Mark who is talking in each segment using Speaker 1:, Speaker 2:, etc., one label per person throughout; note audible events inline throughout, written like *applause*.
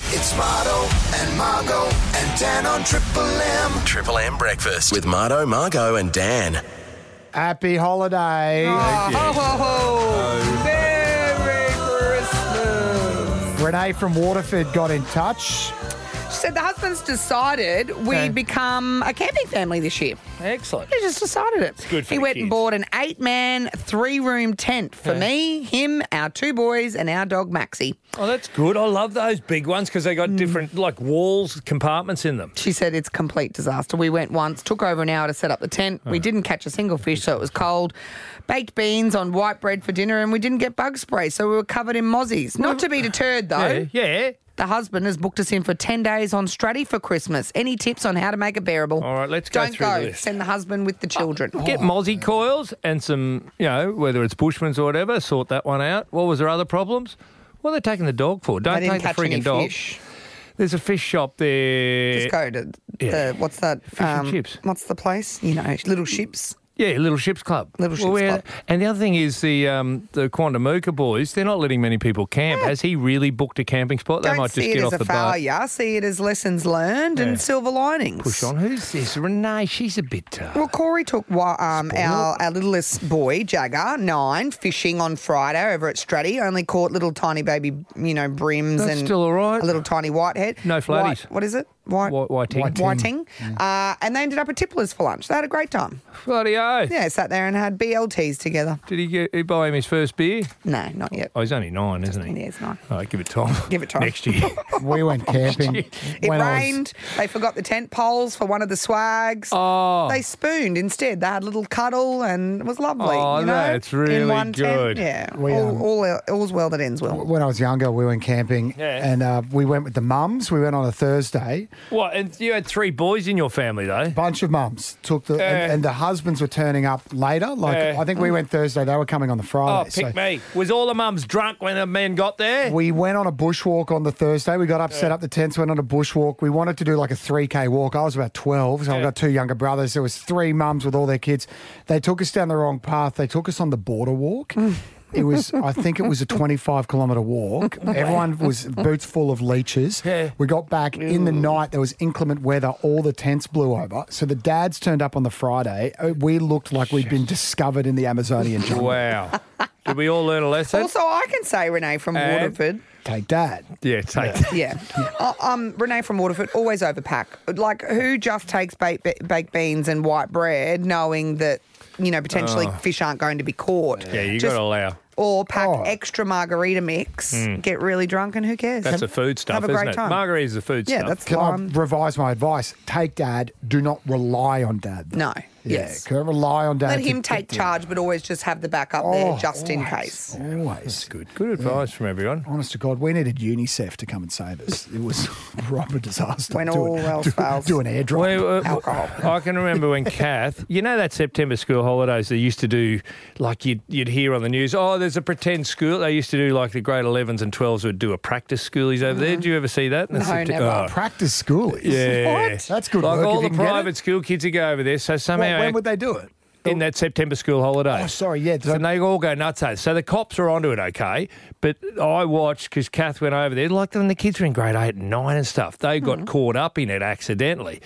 Speaker 1: It's Marto and Margot and Dan on Triple M.
Speaker 2: Triple M Breakfast with Marto, Margot, and Dan.
Speaker 3: Happy holiday.
Speaker 4: Oh.
Speaker 5: Ho, ho, ho. Merry Christmas.
Speaker 3: Renee from Waterford got in touch.
Speaker 5: She said the husband's decided we
Speaker 3: Okay.
Speaker 5: become a camping family this year.
Speaker 4: Excellent.
Speaker 5: He just decided it.
Speaker 4: good for
Speaker 5: he
Speaker 4: the
Speaker 5: went and
Speaker 4: kids.
Speaker 5: bought an eight man, three room tent for me, him, our two boys, and our dog Maxie.
Speaker 4: Oh, that's good. I love those big ones because they got different like walls, compartments in them.
Speaker 5: She said it's complete disaster. We went once, took over an hour to set up the tent.
Speaker 4: Uh.
Speaker 5: We didn't catch a single fish, so it was cold. Baked beans on white bread for dinner, and we didn't get bug spray, so we were covered in mozzies. Not to be deterred though.
Speaker 4: Yeah, Oh, yeah.
Speaker 5: The husband has booked us in for 10 days on Stratty for Christmas. Any tips on how to make it bearable?
Speaker 4: All right, let's go
Speaker 5: Don't
Speaker 4: through
Speaker 5: go.
Speaker 4: the list. Oh,
Speaker 5: Send the husband with the children.
Speaker 4: Get mozzie coils and some, you know, whether it's Bushmans or whatever. Sort that one out. What was their other problems? What are they taking the dog for?
Speaker 5: I
Speaker 4: Don't
Speaker 5: didn't
Speaker 4: take the
Speaker 5: catch
Speaker 4: freaking
Speaker 5: any
Speaker 4: dog.
Speaker 5: fish.
Speaker 4: There's a fish shop there.
Speaker 5: Just go to
Speaker 4: yeah.
Speaker 5: the, what's that? um,
Speaker 4: and chips.
Speaker 5: What's the place? You know, Little Ships.
Speaker 4: Yeah, Little Ships Club.
Speaker 5: Little Ships
Speaker 4: we're-
Speaker 5: Club.
Speaker 4: And the other thing is the um, the Quandamuka boys. They're not letting many people camp. Has he really booked a camping spot? they
Speaker 5: Don't
Speaker 4: might just
Speaker 5: see it
Speaker 4: get
Speaker 5: as
Speaker 4: off
Speaker 5: a
Speaker 4: the boat.
Speaker 5: failure. See it as lessons learned
Speaker 4: Yeah.
Speaker 5: and silver linings.
Speaker 4: Push on. Who's this? Renee. She's a bit *laughs* tough.
Speaker 5: Well, Corey took wa- um, our, our littlest boy, Jagger, nine, fishing on Friday over at Stratty. Only caught little tiny baby, you know, brims
Speaker 4: That's
Speaker 5: and
Speaker 4: still all right.
Speaker 5: a little tiny whitehead.
Speaker 4: No
Speaker 5: White-
Speaker 4: floaties.
Speaker 5: what is it? White,
Speaker 4: Whi- whiting. Mm.
Speaker 5: Whiting. Uh, and they ended up at Tippler's for lunch. They had a great time.
Speaker 4: Bloody oath.
Speaker 5: Yeah, sat there and had BLTs together.
Speaker 4: Did he get he buy him his first beer?
Speaker 5: No, not yet.
Speaker 4: Oh, he's only nine, isn't he?
Speaker 5: Yeah, it's nine.
Speaker 4: All right, give it time.
Speaker 5: Give it time. *laughs*
Speaker 4: Next year.
Speaker 3: We
Speaker 4: *laughs* Oh,
Speaker 3: went camping.
Speaker 5: It
Speaker 3: when I was-
Speaker 5: rained. They forgot the tent poles for one of the swags.
Speaker 4: Oh.
Speaker 5: They spooned instead. They had a little cuddle and it was lovely.
Speaker 4: Oh,
Speaker 5: you know,
Speaker 4: that's
Speaker 5: in
Speaker 4: really
Speaker 5: one
Speaker 4: good.
Speaker 5: Tent. Yeah.
Speaker 3: We,
Speaker 5: all,
Speaker 3: um,
Speaker 5: all, all's well that ends well.
Speaker 3: when I was younger, we went camping
Speaker 4: Yeah.
Speaker 3: and uh, we went with the mums. We went on a Thursday.
Speaker 4: what? And you had three boys in your family, though.
Speaker 3: Bunch of mums took the, and,
Speaker 4: Yeah.
Speaker 3: and the husbands were turning up later. Like,
Speaker 4: Yeah.
Speaker 3: I think we went Thursday. They were coming on the
Speaker 4: Oh,
Speaker 3: Friday.
Speaker 4: pick
Speaker 3: so-
Speaker 4: me. Was all the mums drunk when the men got there?
Speaker 3: We went on a bushwalk on the Thursday. We got up, set up the tents, went on a bushwalk. We wanted to do like a 3K walk. I was about 12, so I've got two younger brothers. There was three mums with all their kids. They took us down the wrong path. They took us on the border walk.
Speaker 4: Mm.
Speaker 3: It was, I think it was a 25 kilometre
Speaker 4: *laughs*
Speaker 3: walk. Everyone was boots full of leeches.
Speaker 4: Yeah.
Speaker 3: We got back in the night. There was inclement weather. All the tents blew over. So the dads turned up on the Friday. Uh, We looked like we'd been discovered in the Amazonian jungle.
Speaker 5: *laughs*
Speaker 4: wow. Did we all learn a lesson?
Speaker 5: Also, I can say Renee from
Speaker 4: And-
Speaker 5: Waterford.
Speaker 3: Take that.
Speaker 4: yeah, take
Speaker 5: Yeah. Uh, um, Renee from Waterford, always overpack. Like, who just takes baked, be- baked beans and white bread knowing that, you know, potentially fish aren't going to be caught?
Speaker 4: Oh. Yeah, you
Speaker 5: Just-
Speaker 4: got to allow. Mm.
Speaker 5: Or pack
Speaker 3: Oh.
Speaker 5: extra margarita mix, get really drunk, and who cares?
Speaker 4: *laughs* That's a food stuff,
Speaker 5: Have a
Speaker 4: isn't
Speaker 5: great
Speaker 4: it?
Speaker 5: time.
Speaker 4: Margarita's the food
Speaker 5: Yeah,
Speaker 4: stuff.
Speaker 5: that's
Speaker 3: Can
Speaker 5: lime.
Speaker 3: I revise my advice? Take dad. Do not rely on dad. though.
Speaker 5: No,
Speaker 3: Yeah.
Speaker 5: yes.
Speaker 3: Can I rely on dad?
Speaker 5: Let
Speaker 3: to
Speaker 5: him
Speaker 3: get
Speaker 5: take
Speaker 3: there?
Speaker 5: charge, but always just have the backup there
Speaker 3: Oh,
Speaker 5: just in
Speaker 3: always,
Speaker 5: case.
Speaker 3: Always.
Speaker 4: good. Good advice from everyone.
Speaker 3: Honest to God, we needed UNICEF to come and save us. It was *laughs* proper disaster.
Speaker 5: When
Speaker 3: Do
Speaker 5: all
Speaker 3: an-
Speaker 5: else
Speaker 3: do,
Speaker 5: fails.
Speaker 3: do an airdrop.
Speaker 4: Well, uh,
Speaker 5: Alcohol.
Speaker 4: I can remember
Speaker 3: *laughs*
Speaker 4: when Kath, you know that September school holidays they used to do, like you'd, you'd hear on the news, oh, there's a pretend school. They used to do like the grade 11s and 12s would do a practice schoolies over there. Did you ever see that? in the
Speaker 5: No,
Speaker 4: Septe-
Speaker 5: never.
Speaker 4: Oh,
Speaker 3: Mm-hmm. Practice schoolies.
Speaker 4: yeah.
Speaker 3: What? That's good
Speaker 4: Like
Speaker 3: work.
Speaker 4: all
Speaker 3: if
Speaker 4: the
Speaker 3: you can get it.
Speaker 4: private school kids would go over there. So
Speaker 3: Well,
Speaker 4: somehow
Speaker 3: when would they do it?
Speaker 4: in that September school holiday.
Speaker 3: Oh, sorry, yeah,
Speaker 4: So
Speaker 3: don't-
Speaker 4: they all go nuts. eh? So the cops are onto it, okay. But I watched because Kath went over there. Like when the kids were in grade eight and nine and stuff, they got caught up in it accidentally.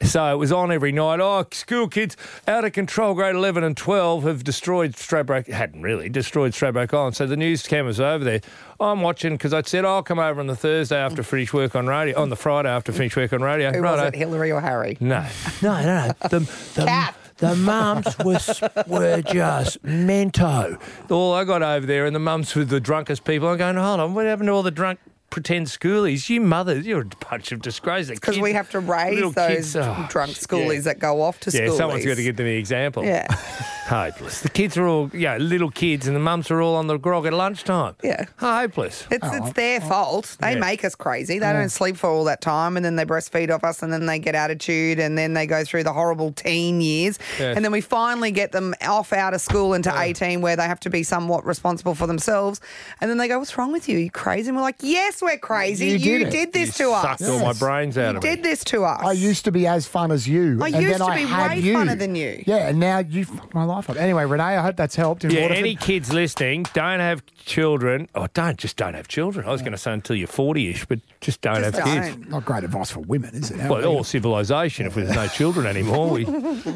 Speaker 4: So it was on every night. Oh, school kids out of control. Grade eleven and twelve have destroyed Stradbroke. Hadn't really destroyed Stradbroke Island. So the news cameras over there. I'm watching because I said I'll come over on the Thursday after finish work on radio. On the Friday after finish work on radio.
Speaker 5: Who
Speaker 4: Righto.
Speaker 5: was it, Hillary or Harry?
Speaker 4: No, no, no, no. The the,
Speaker 5: Kath.
Speaker 4: the mums were s- were just mento. All I got over there, and the mums were the drunkest people. I'm going, hold on, what happened to all the drunk pretend schoolies? You mothers, you're a bunch of disgrace.
Speaker 5: Because we have to raise those drunk schoolies that go off to
Speaker 4: Yeah,
Speaker 5: school.
Speaker 4: someone's got to give them the example.
Speaker 5: Yeah.
Speaker 4: *laughs* hopeless. The kids are all, yeah, little kids, and the mums are all on the grog at lunchtime.
Speaker 5: Yeah.
Speaker 4: hopeless.
Speaker 5: It's, it's their fault. They
Speaker 4: Yeah.
Speaker 5: make us crazy. They don't sleep for all that time and then they breastfeed off us and then they get attitude and then they go through the horrible teen years.
Speaker 4: Yes.
Speaker 5: And then we finally get them off out of school into 18 where they have to be somewhat responsible for themselves. And then they go, What's wrong with you? Are you crazy? And we're like, Yes, we're crazy.
Speaker 3: You
Speaker 5: You
Speaker 3: did
Speaker 5: did,
Speaker 3: it.
Speaker 4: You
Speaker 5: this to us.
Speaker 4: sucked all my
Speaker 3: Yes.
Speaker 4: brains out
Speaker 5: You
Speaker 4: of me.
Speaker 5: did this to us.
Speaker 3: I used to be as fun as you.
Speaker 5: I
Speaker 3: and
Speaker 5: used
Speaker 3: then
Speaker 5: to
Speaker 3: I
Speaker 5: be
Speaker 3: had
Speaker 5: way
Speaker 3: you.
Speaker 5: funner than you.
Speaker 3: Yeah, and now you fucked my life up. Anyway, Renee, I hope that's helped. In
Speaker 4: Yeah,
Speaker 3: Waterford.
Speaker 4: any kids listening, don't have children. Oh, don't just don't have children. I was going to say until you're forty-ish, but just don't
Speaker 5: Just
Speaker 4: have kids.
Speaker 5: don't.
Speaker 3: Not great advice for women, is it? How
Speaker 4: Well,
Speaker 3: are you?
Speaker 4: all civilization.
Speaker 5: *laughs*
Speaker 4: If there's no children anymore, we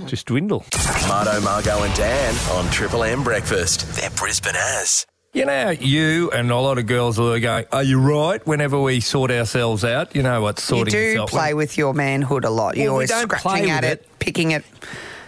Speaker 4: just dwindle.
Speaker 2: Marto, Margo, and Dan on Triple M Breakfast. They're Brisbane as.
Speaker 4: You know, you and a lot of girls are going, "Are you right?" Whenever we sort ourselves out, you know what
Speaker 5: You
Speaker 4: sorting
Speaker 5: do
Speaker 4: yourself-
Speaker 5: play with your manhood a lot. You're
Speaker 4: Well, we
Speaker 5: always
Speaker 4: don't
Speaker 5: scratching
Speaker 4: play
Speaker 5: at
Speaker 4: with
Speaker 5: it, picking it,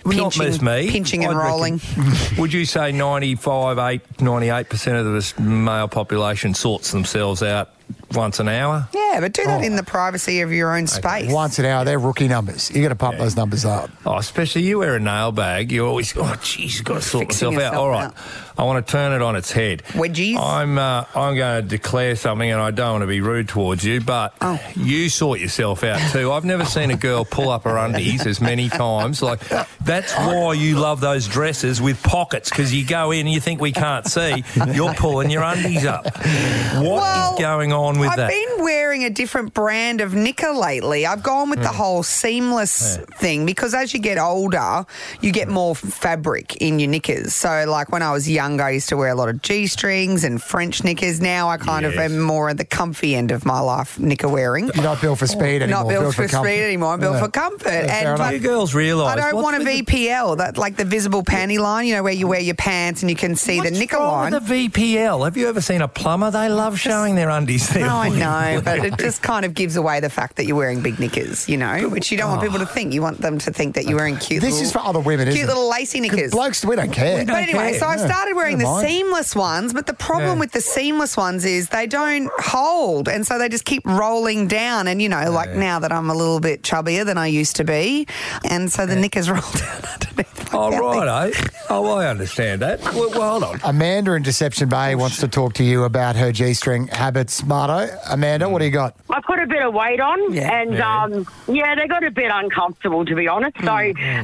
Speaker 4: Well, not
Speaker 5: pinching,
Speaker 4: just me.
Speaker 5: pinching
Speaker 4: I'd
Speaker 5: and
Speaker 4: reckon-
Speaker 5: rolling.
Speaker 4: *laughs* Would you say 95, 8, 98% of the male population sorts themselves out once an hour?
Speaker 5: Yeah, but do
Speaker 4: Oh.
Speaker 5: that in the privacy of your own space.
Speaker 3: Once an hour, they're rookie numbers. You got to pump those numbers up.
Speaker 4: Oh, especially you wear a nail bag, you always, oh, jeez, got to sort
Speaker 5: Fixing
Speaker 4: myself out. All right,
Speaker 5: yourself
Speaker 4: I want to turn it on its head.
Speaker 5: Wedgies?
Speaker 4: I'm, uh, I'm going to declare something and I don't want to be rude towards you, but
Speaker 5: Oh.
Speaker 4: you sort yourself out too. I've never seen a girl pull up her undies as many times. Like, that's why you love those dresses with pockets because you go in and you think we can't see, you're pulling your undies up. What is
Speaker 5: Well,
Speaker 4: going on with
Speaker 5: I've
Speaker 4: that?
Speaker 5: been wearing a different brand of knicker lately. I've gone with the
Speaker 4: Hmm.
Speaker 5: whole seamless thing because as you get older, you
Speaker 4: Hmm.
Speaker 5: get more fabric in your knickers. So, like when I was younger, I used to wear a lot of G strings and French knickers. Now I kind of
Speaker 4: Yes.
Speaker 5: am more at the comfy end of my life knicker wearing.
Speaker 3: You're not built for speed anymore.
Speaker 5: Oh, Not built for,
Speaker 3: comfort.
Speaker 5: speed anymore. I'm built
Speaker 3: Yeah.
Speaker 5: for comfort.
Speaker 3: fair
Speaker 5: and
Speaker 3: enough.
Speaker 5: like,
Speaker 4: you girls realise.
Speaker 5: I don't
Speaker 4: what's
Speaker 5: want a
Speaker 4: with the-
Speaker 5: VPL, that like the visible panty line, you know, where you wear your pants and you can see
Speaker 4: What's
Speaker 5: the knicker
Speaker 4: wrong
Speaker 5: line.
Speaker 4: With the VPL. Have you ever seen a plumber? They love showing their undies.
Speaker 3: *laughs*
Speaker 5: No, Oh,
Speaker 4: *laughs*
Speaker 5: I know, but it just kind of gives away the fact that you're wearing big knickers, you know, which you don't want people to think. You want them to think that you're wearing cute.
Speaker 3: This
Speaker 5: little,
Speaker 3: is for other women,
Speaker 5: cute
Speaker 3: isn't it?
Speaker 5: little lacy
Speaker 3: 'Cause
Speaker 5: knickers.
Speaker 3: Blokes, we don't care.
Speaker 5: but anyway,
Speaker 4: care.
Speaker 5: so I've
Speaker 3: Yeah.
Speaker 5: started wearing the
Speaker 3: Never mind.
Speaker 5: seamless ones, but the problem
Speaker 4: Yeah.
Speaker 5: with the seamless ones is they don't hold, and so they just keep rolling down. And you know, like now that I'm a little bit chubbier than I used to be, and so the knickers *laughs* roll down underneath. my
Speaker 4: Oh,
Speaker 5: belly.
Speaker 4: right, eh? Oh, I understand that. Well, well, hold on.
Speaker 3: Amanda in Deception Bay wants to talk to you about her G-string habits, Marto. Amanda, what do you got?
Speaker 6: I put a bit of weight on,
Speaker 5: Yeah. Hmm.
Speaker 6: and Um, yeah, they got a bit uncomfortable to be honest. So,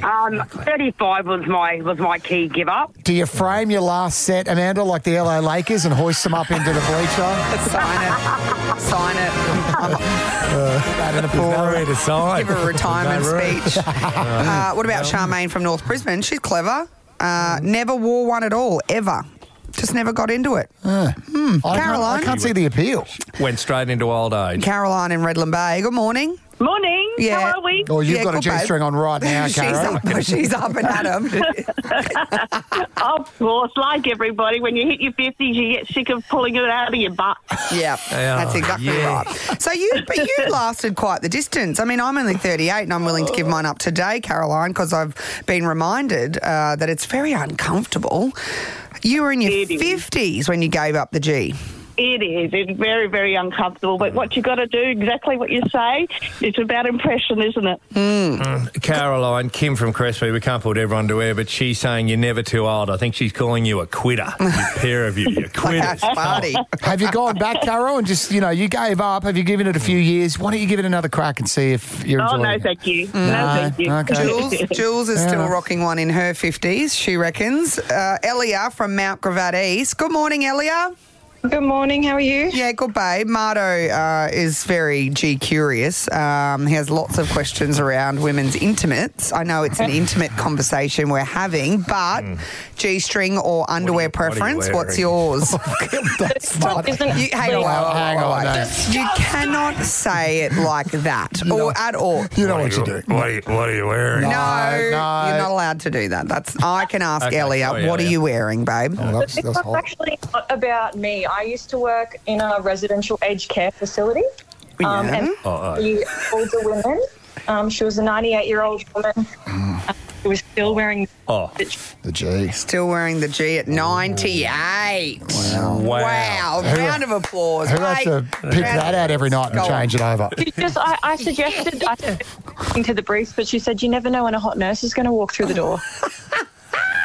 Speaker 6: um, thirty-five was my was my key give up.
Speaker 3: Do you frame your last set, Amanda, like the LA Lakers and hoist them up into the bleacher?
Speaker 5: Sign it. Sign it.
Speaker 3: *laughs* That in the pool.
Speaker 4: Nowhere to sign.
Speaker 5: give her a
Speaker 4: *laughs*
Speaker 5: retirement
Speaker 4: No room.
Speaker 5: speech. uh, what about Charmaine from North Brisbane? She's clever. Uh, never wore one at all, ever. Just never got into it.
Speaker 3: I can't, I
Speaker 5: Caroline?
Speaker 3: can't see the appeal.
Speaker 4: Went straight into old age.
Speaker 5: Caroline in Redland Bay. Good morning.
Speaker 6: Morning.
Speaker 5: Yeah.
Speaker 6: How are we?
Speaker 3: Or Oh, you've
Speaker 5: Yeah,
Speaker 3: got a
Speaker 5: good, babe.
Speaker 3: G-string on right now,
Speaker 5: *laughs* she's
Speaker 3: Caro.
Speaker 5: up. She's up and
Speaker 3: *laughs*
Speaker 5: at 'em.
Speaker 6: Of course, like everybody, when you hit your fifties, you get sick of pulling it out of your butt.
Speaker 5: yeah, that's exactly
Speaker 4: yeah.
Speaker 5: right. So you, but you lasted quite the distance. I mean, I'm only 38, and I'm willing to give mine up today, Caroline, because I've been reminded uh, that it's very uncomfortable. You were in your
Speaker 6: It is.
Speaker 5: 50s when you gave up the G.
Speaker 6: It is. It's very, very uncomfortable. But what you got to do, exactly what you say, it's about impression, isn't it?
Speaker 5: Hmm.
Speaker 4: Caroline, Kim from Crespi, we can't put everyone to air, but she's saying you're never too old. I think she's calling you
Speaker 5: *laughs*
Speaker 4: a quitter. You pair of you, you
Speaker 5: Wow,
Speaker 4: quitters. Oh,
Speaker 5: smarty.
Speaker 3: Have you gone back, Caro, and just, you know, you gave up? Have you given it a few years? Why don't you give it another crack and see if you're
Speaker 6: Oh
Speaker 3: enjoying
Speaker 6: no,
Speaker 3: it?
Speaker 6: thank you. No, thank you. *laughs*
Speaker 3: okay.
Speaker 5: Jules, Jules is still rocking one in her 50s, she reckons. Uh, Elia from Mount Gravatt East. Good morning, Elia.
Speaker 7: Good morning. How are you?
Speaker 5: Yeah, good babe. Mardo uh, is very G curious. Um, he has lots of questions around women's intimates. I know
Speaker 7: *laughs*
Speaker 5: it's an intimate conversation we're having, but G string or underwear
Speaker 4: Hmm. what are you
Speaker 5: preference, what's
Speaker 4: wearing? *laughs* Oh,
Speaker 5: yours?
Speaker 3: That's not-
Speaker 5: *laughs* You, hang on, wait, wait,
Speaker 3: Hang
Speaker 5: wait,
Speaker 3: on,
Speaker 5: wait.
Speaker 3: no.
Speaker 5: You cannot say it like that or at all.
Speaker 3: You know what you do.
Speaker 4: What are you, what are you wearing?
Speaker 5: No,
Speaker 3: No,
Speaker 5: you're
Speaker 3: no.
Speaker 5: not allowed to do that. That's I can ask
Speaker 4: Okay,
Speaker 5: Elia,
Speaker 4: sorry,
Speaker 5: what
Speaker 4: Elia.
Speaker 5: are you wearing, babe?
Speaker 3: Oh, that's, that's
Speaker 7: It's
Speaker 3: hot.
Speaker 7: actually not about me. I used to work in a residential aged care facility. Um,
Speaker 5: Yeah.
Speaker 7: And
Speaker 4: oh.
Speaker 7: the older women, um, she was a 98 year old woman
Speaker 3: Mm.
Speaker 7: um, who was still wearing.
Speaker 4: Oh.
Speaker 3: The G.
Speaker 5: Still wearing the G at 98. Wow.
Speaker 4: Wow.
Speaker 5: Round of applause.
Speaker 3: Who has
Speaker 5: mate.
Speaker 3: to pick
Speaker 5: Round
Speaker 3: that
Speaker 5: of-
Speaker 3: out every night and
Speaker 5: Go
Speaker 3: change it
Speaker 5: *laughs*
Speaker 3: over?
Speaker 7: She just, I, I suggested
Speaker 3: *laughs*
Speaker 7: I suggested to the brief, but she said, You never know when a hot nurse is going to walk through the door.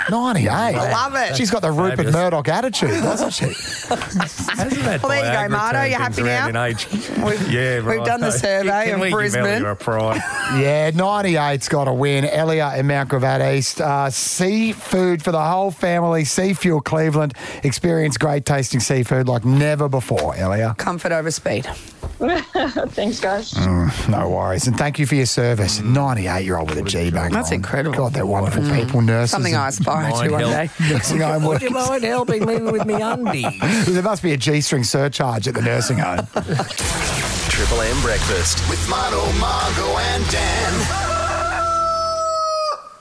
Speaker 8: 98. I
Speaker 5: love it.
Speaker 8: She's got the Rupert
Speaker 4: Fabulous.
Speaker 8: Murdoch attitude, doesn't she?
Speaker 4: Hasn't that
Speaker 5: Well, there you go,
Speaker 4: Viagra
Speaker 5: Mardo.
Speaker 4: turned
Speaker 5: You happy
Speaker 4: things around
Speaker 5: now?
Speaker 4: in age?
Speaker 5: We've-
Speaker 4: yeah,
Speaker 5: we've
Speaker 4: right.
Speaker 5: done the survey
Speaker 4: Can
Speaker 5: of
Speaker 4: we give
Speaker 5: Brisbane.
Speaker 4: Elliot a prize?
Speaker 8: Yeah, 98's
Speaker 3: 98's
Speaker 8: got a win. Elliot in Mount Gravatt East. Uh,
Speaker 3: seafood for the whole family. Seafuel Cleveland. Experience great tasting seafood like never before, Elia.
Speaker 5: Comfort over speed.
Speaker 7: Thanks, guys.
Speaker 3: Mm. No worries. And thank you for your service. 98 year old with a G bang.
Speaker 5: Mm. That's
Speaker 3: on.
Speaker 5: incredible. Mm.
Speaker 3: God, they're wonderful people, nurses.
Speaker 5: Something I
Speaker 3: and
Speaker 5: aspire
Speaker 4: Mind
Speaker 5: to one
Speaker 4: health.
Speaker 5: day.
Speaker 3: nursing home workers.
Speaker 4: you mind helping me with
Speaker 8: *laughs*
Speaker 4: me undies?
Speaker 3: There must be a G string surcharge at the nursing
Speaker 5: *laughs*
Speaker 3: home.
Speaker 2: Triple M breakfast.
Speaker 1: With Marto, Margo, and Dan.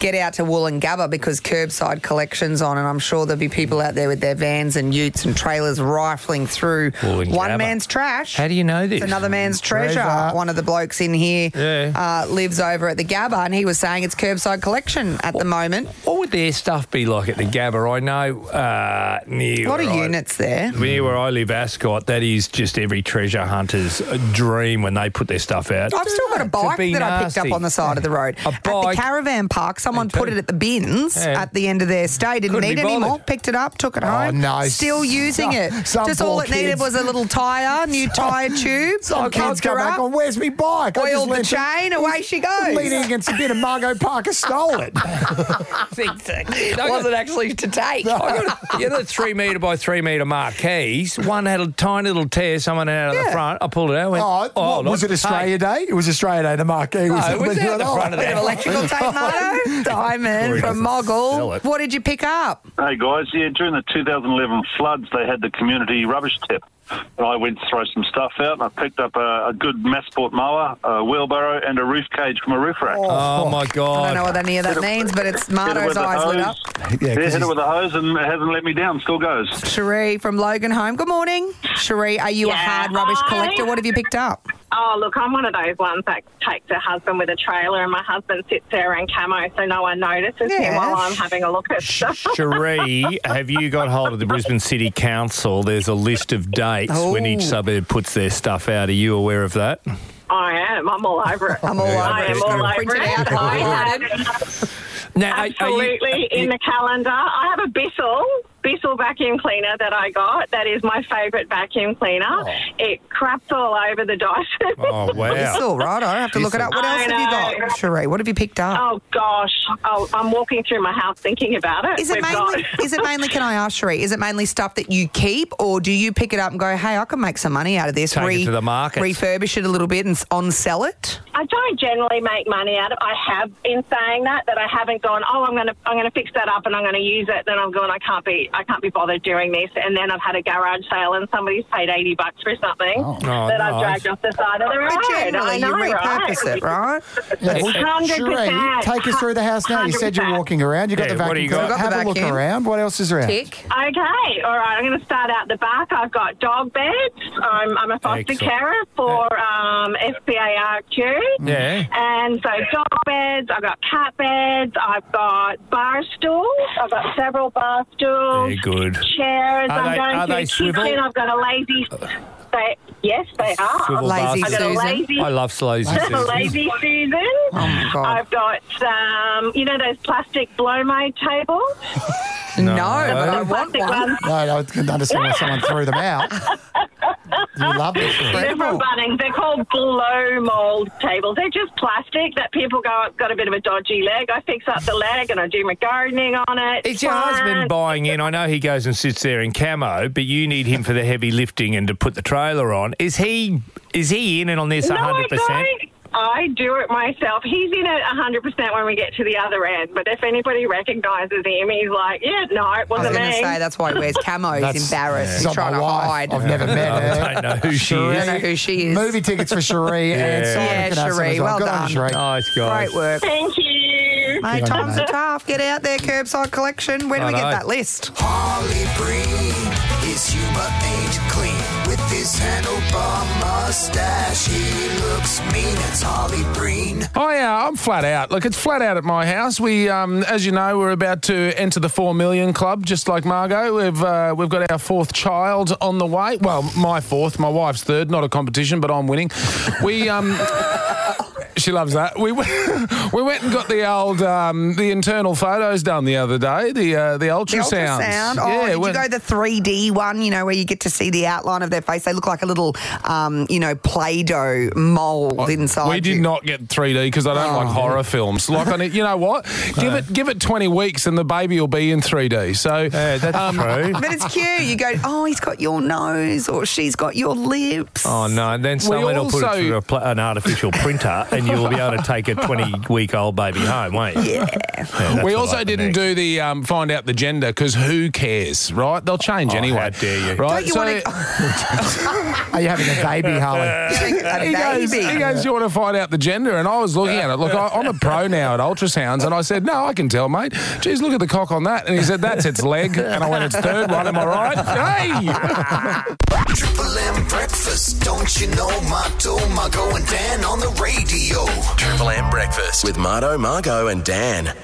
Speaker 5: Get out to Woolloongabba because curbside collections on, and I'm sure there'll be people out there with their vans and utes and trailers rifling through
Speaker 4: Woolloongabba.
Speaker 5: one man's trash.
Speaker 4: How do you know this?
Speaker 5: It's another man's treasure.
Speaker 3: Treasure.
Speaker 5: One of the blokes in here
Speaker 4: Yeah.
Speaker 5: uh, lives over at the Gabba, and he was saying it's curbside collection at the moment.
Speaker 4: What would their stuff be like at the Gabba? I know uh, near
Speaker 5: A lot of
Speaker 4: where I-
Speaker 5: units there.
Speaker 4: Near where I live, Ascot, that is just every treasure hunter's uh, dream when they put their stuff out.
Speaker 5: I've still got a
Speaker 4: To
Speaker 5: bike that
Speaker 4: be
Speaker 5: I picked up
Speaker 4: nasty.
Speaker 5: on the side of the road.
Speaker 4: A
Speaker 5: at the
Speaker 4: bike?
Speaker 5: caravan park, someone put
Speaker 4: too.
Speaker 5: it at the bins
Speaker 4: Yeah.
Speaker 5: at the end of their stay. Didn't
Speaker 4: Couldn't
Speaker 5: need
Speaker 4: be
Speaker 5: any more.
Speaker 4: bothered.
Speaker 5: Picked it up, took it home.
Speaker 8: no.
Speaker 5: Still using it.
Speaker 8: some
Speaker 5: Just all
Speaker 8: poor
Speaker 5: it needed
Speaker 8: kids.
Speaker 5: was a little tyre, new tyre tube.
Speaker 8: Some kids
Speaker 5: coked her
Speaker 8: come back
Speaker 5: up,
Speaker 8: on, where's me bike? I just
Speaker 5: Oiled the
Speaker 8: lent it-
Speaker 5: chain, away she goes. Oh,
Speaker 8: Leaning against a bit of Margot Parker stole
Speaker 5: *laughs*
Speaker 8: it.
Speaker 4: Exactly.
Speaker 5: *laughs* It wasn't *laughs* actually to take.
Speaker 4: I got a, you know, the three metre by three metre marquees. One had a tiny little tear someone had out of the
Speaker 5: Yeah.
Speaker 4: front. I pulled it out. and Went,
Speaker 8: Oh, what,
Speaker 4: look,
Speaker 8: was it Australia Day? It was Australia Day. The Oh. marquee was,
Speaker 4: No, it was out the front
Speaker 5: *laughs*
Speaker 4: of
Speaker 5: Bit of
Speaker 4: that.
Speaker 5: electrical
Speaker 4: *laughs*
Speaker 5: tape, Marto. Diamond
Speaker 4: Corey
Speaker 5: from
Speaker 4: doesn't sell
Speaker 5: Moggle.
Speaker 4: it.
Speaker 5: What did you pick up?
Speaker 9: Hey guys, yeah, during the 2011 floods, they had the community rubbish tip. And I went to throw some stuff out and I picked up a, a good Massport mower, a wheelbarrow, and a roof cage from a roof rack.
Speaker 4: Oh, my
Speaker 5: I
Speaker 4: God.
Speaker 5: don't know what any of that means, but it's Marto's eyes lit up.
Speaker 8: Yeah,
Speaker 9: Yeah,
Speaker 8: 'cause
Speaker 9: hit
Speaker 8: he's-
Speaker 9: it with a hose and it hasn't let me down. Still goes.
Speaker 5: Cherie from Logan Home. Good morning. Cherie, are you a
Speaker 7: Yeah,
Speaker 5: hard rubbish
Speaker 7: hi.
Speaker 5: collector? What have you picked up?
Speaker 7: Oh, look, I'm one of those ones that takes her husband with a trailer, and my husband sits there in camo so no one notices
Speaker 5: Yes.
Speaker 7: him while I'm having a look at stuff.
Speaker 4: Cherie, have you got hold of the Brisbane City Council? There's a list of dates when each
Speaker 5: Oh.
Speaker 4: suburb puts their stuff out. Are you aware of that?
Speaker 7: I am. I'm all over it.
Speaker 5: I'm all over
Speaker 7: I
Speaker 5: it.
Speaker 7: am all over
Speaker 5: Print it out,
Speaker 7: it. I
Speaker 5: highlight
Speaker 7: have
Speaker 4: Now, are- are you-
Speaker 7: absolutely in the calendar. I have a Bissell, Bissell vacuum cleaner that I got. That is my favourite vacuum cleaner. It craps all over the *laughs* dice.
Speaker 4: Oh,
Speaker 5: It's
Speaker 4: wow.
Speaker 5: all right. I have to look it up. What else
Speaker 7: I
Speaker 5: have you
Speaker 7: know.
Speaker 5: got, Cherie? What have you picked up?
Speaker 7: Oh gosh, oh, I'm walking through my house thinking about it.
Speaker 5: Is it
Speaker 7: Oh, We've
Speaker 5: mainly? *laughs*
Speaker 7: got-
Speaker 5: Is it mainly? Can I ask Cherie? Is it mainly stuff that you keep, or do you pick it up and go, "Hey, I can make some money out of this"?
Speaker 4: Take it to the market.
Speaker 5: refurbish it a little bit, and s- on sell it.
Speaker 7: I don't generally make money out of. I have in saying that that I haven't gone. Oh, I'm gonna I'm gonna fix that up and I'm gonna use it. Then I'm going. I can't be I can't be bothered doing this. And then I've had a garage sale and somebody's paid eighty bucks for something
Speaker 4: Oh,
Speaker 7: that
Speaker 4: nice.
Speaker 7: I've dragged off the side of the road.
Speaker 5: But
Speaker 7: I
Speaker 5: generally,
Speaker 7: know,
Speaker 5: you repurpose
Speaker 7: right? *laughs*
Speaker 5: it, right?
Speaker 8: Yeah, well,
Speaker 7: 100%.
Speaker 8: Cherie, take us through the house now. You said you're
Speaker 7: 100%.
Speaker 8: walking around. You got
Speaker 4: Yeah,
Speaker 8: the
Speaker 4: what do
Speaker 8: vacuum.
Speaker 4: you got?
Speaker 8: cleaner.
Speaker 5: I've got
Speaker 8: Have
Speaker 5: the
Speaker 8: a look
Speaker 5: vacuum.
Speaker 8: around. What else is around?
Speaker 7: Okay, all right. I'm going to start out the back. I've got dog beds. I'm, I'm a foster
Speaker 4: Excellent.
Speaker 7: carer for um, SBARQ.
Speaker 4: Yeah.
Speaker 7: And so dog beds. I've got cat beds. I've got bar stools. I've got several bar stools.
Speaker 4: Very good.
Speaker 7: Chairs.
Speaker 4: Are
Speaker 7: I'm
Speaker 4: they-
Speaker 7: going
Speaker 4: are
Speaker 7: to
Speaker 4: they
Speaker 7: a
Speaker 4: swivel? Uh,
Speaker 7: kitchen. I've got a lazy. They, yes, they are.
Speaker 4: Swivel
Speaker 5: Lazy
Speaker 7: I've
Speaker 4: basket.
Speaker 7: got a
Speaker 5: Susan.
Speaker 7: lazy. *laughs*
Speaker 4: I love Slozy
Speaker 7: I've got a
Speaker 4: Susan.
Speaker 7: lazy Susan.
Speaker 5: Oh my God.
Speaker 7: I've got um, you know those plastic blow-made tables.
Speaker 5: No, but I want
Speaker 7: Plastic
Speaker 5: one.
Speaker 7: ones.
Speaker 8: No, no, I can understand why someone threw them
Speaker 5: *laughs*
Speaker 8: out. You love this. thing.
Speaker 7: They're from Bunnings. They're called blow mold tables. They're just plastic that people go up, got a bit of a dodgy leg. I fix up the leg and I do my gardening on it.
Speaker 4: Is your
Speaker 7: Plants.
Speaker 4: husband buying in? I know he goes and sits there in camo, but you need him for the heavy lifting and to put the trailer on. Is he is he in and on this
Speaker 7: No, I
Speaker 4: 100%?
Speaker 7: don't. I do it myself. He's in it 100% when we get to the other end. But if anybody recognises him, he's like, yeah, no, it
Speaker 5: I was
Speaker 7: wasn't
Speaker 5: going to
Speaker 7: me.
Speaker 5: say that's why he wears camo. He's embarrassed.
Speaker 8: It's
Speaker 5: He's
Speaker 8: not
Speaker 5: trying
Speaker 8: my
Speaker 5: to
Speaker 8: wife.
Speaker 5: hide.
Speaker 8: I've never met
Speaker 4: I
Speaker 8: her.
Speaker 4: don't know who she
Speaker 5: I
Speaker 4: is.
Speaker 5: don't know who she is.
Speaker 8: Movie tickets for Cherie and
Speaker 4: Yeah.
Speaker 8: Simon
Speaker 5: Yeah,
Speaker 8: can have some
Speaker 5: Cherie,
Speaker 8: as well.
Speaker 5: well
Speaker 8: Good on you,
Speaker 5: done.
Speaker 8: Cherie.
Speaker 4: Nice guy.
Speaker 5: Great work.
Speaker 7: Thank you.
Speaker 5: Mate,
Speaker 8: on you,
Speaker 5: times
Speaker 8: mate.
Speaker 5: are tough. Get out there, curbside collection. Where do
Speaker 4: I
Speaker 5: we get
Speaker 4: know.
Speaker 5: that list?
Speaker 1: Holly Breen. His humor ain't clean. With his handlebar mustache, he looks mean. It's Holly Breen.
Speaker 10: uh, I'm flat out. Look, it's flat out at my house. We, um, as you know, we're about to enter the four million club, just like Margot. We've uh, we've got our fourth child on the way. Well, my fourth, my wife's third. Not a competition, but I'm winning. We. Um, *laughs* she loves that. We *laughs* went, we went and got the old um, the internal photos done the other day. The uh, the
Speaker 5: The
Speaker 10: ultrasounds.
Speaker 5: ultrasound. Oh,
Speaker 10: Yeah,
Speaker 5: did
Speaker 10: went-
Speaker 5: you go the 3D one? You know where you get to see the outline of their face. They look like a little, um, you know, Play-Doh mold inside.
Speaker 10: Oh, we did
Speaker 5: you.
Speaker 10: not get 3D because I don't like
Speaker 5: Oh.
Speaker 10: horror films. Like, I need, you
Speaker 5: *laughs*
Speaker 10: know what? Give it give it 20 weeks and the baby will be in 3D. So um,
Speaker 4: that's true.
Speaker 5: But it's cute. You go, oh, he's got your nose, or she's got your lips.
Speaker 4: Oh no! And then someone will put it
Speaker 10: also-
Speaker 4: through a pl- an artificial printer, and you'll be able to take a twenty-week-old baby home, won't you? Yeah. that's
Speaker 10: we
Speaker 4: what
Speaker 10: also
Speaker 4: I
Speaker 10: didn't
Speaker 4: think.
Speaker 10: do the um, find out the gender because who cares, right? They'll change
Speaker 4: Oh,
Speaker 10: anyway.
Speaker 4: how dare you.
Speaker 5: Don't
Speaker 10: Right?
Speaker 5: you
Speaker 10: So-
Speaker 5: *laughs*
Speaker 10: *laughs*
Speaker 5: want to?
Speaker 3: Are you having a
Speaker 5: *laughs*
Speaker 3: baby, Harley?
Speaker 10: He goes, he goes, you want to find out the gender? And I was looking at it. Look, I, I'm a pro now at ultrasounds. And I said, no, I can tell, mate. Geez, look at the cock on that. And he said, that's its leg. And I went, it's third one. Am I right? *laughs* Hey!
Speaker 1: Triple M breakfast, don't you know? Mato, Margo, and Dan on the radio.
Speaker 2: Triple M breakfast with Marto, Margo, and Dan.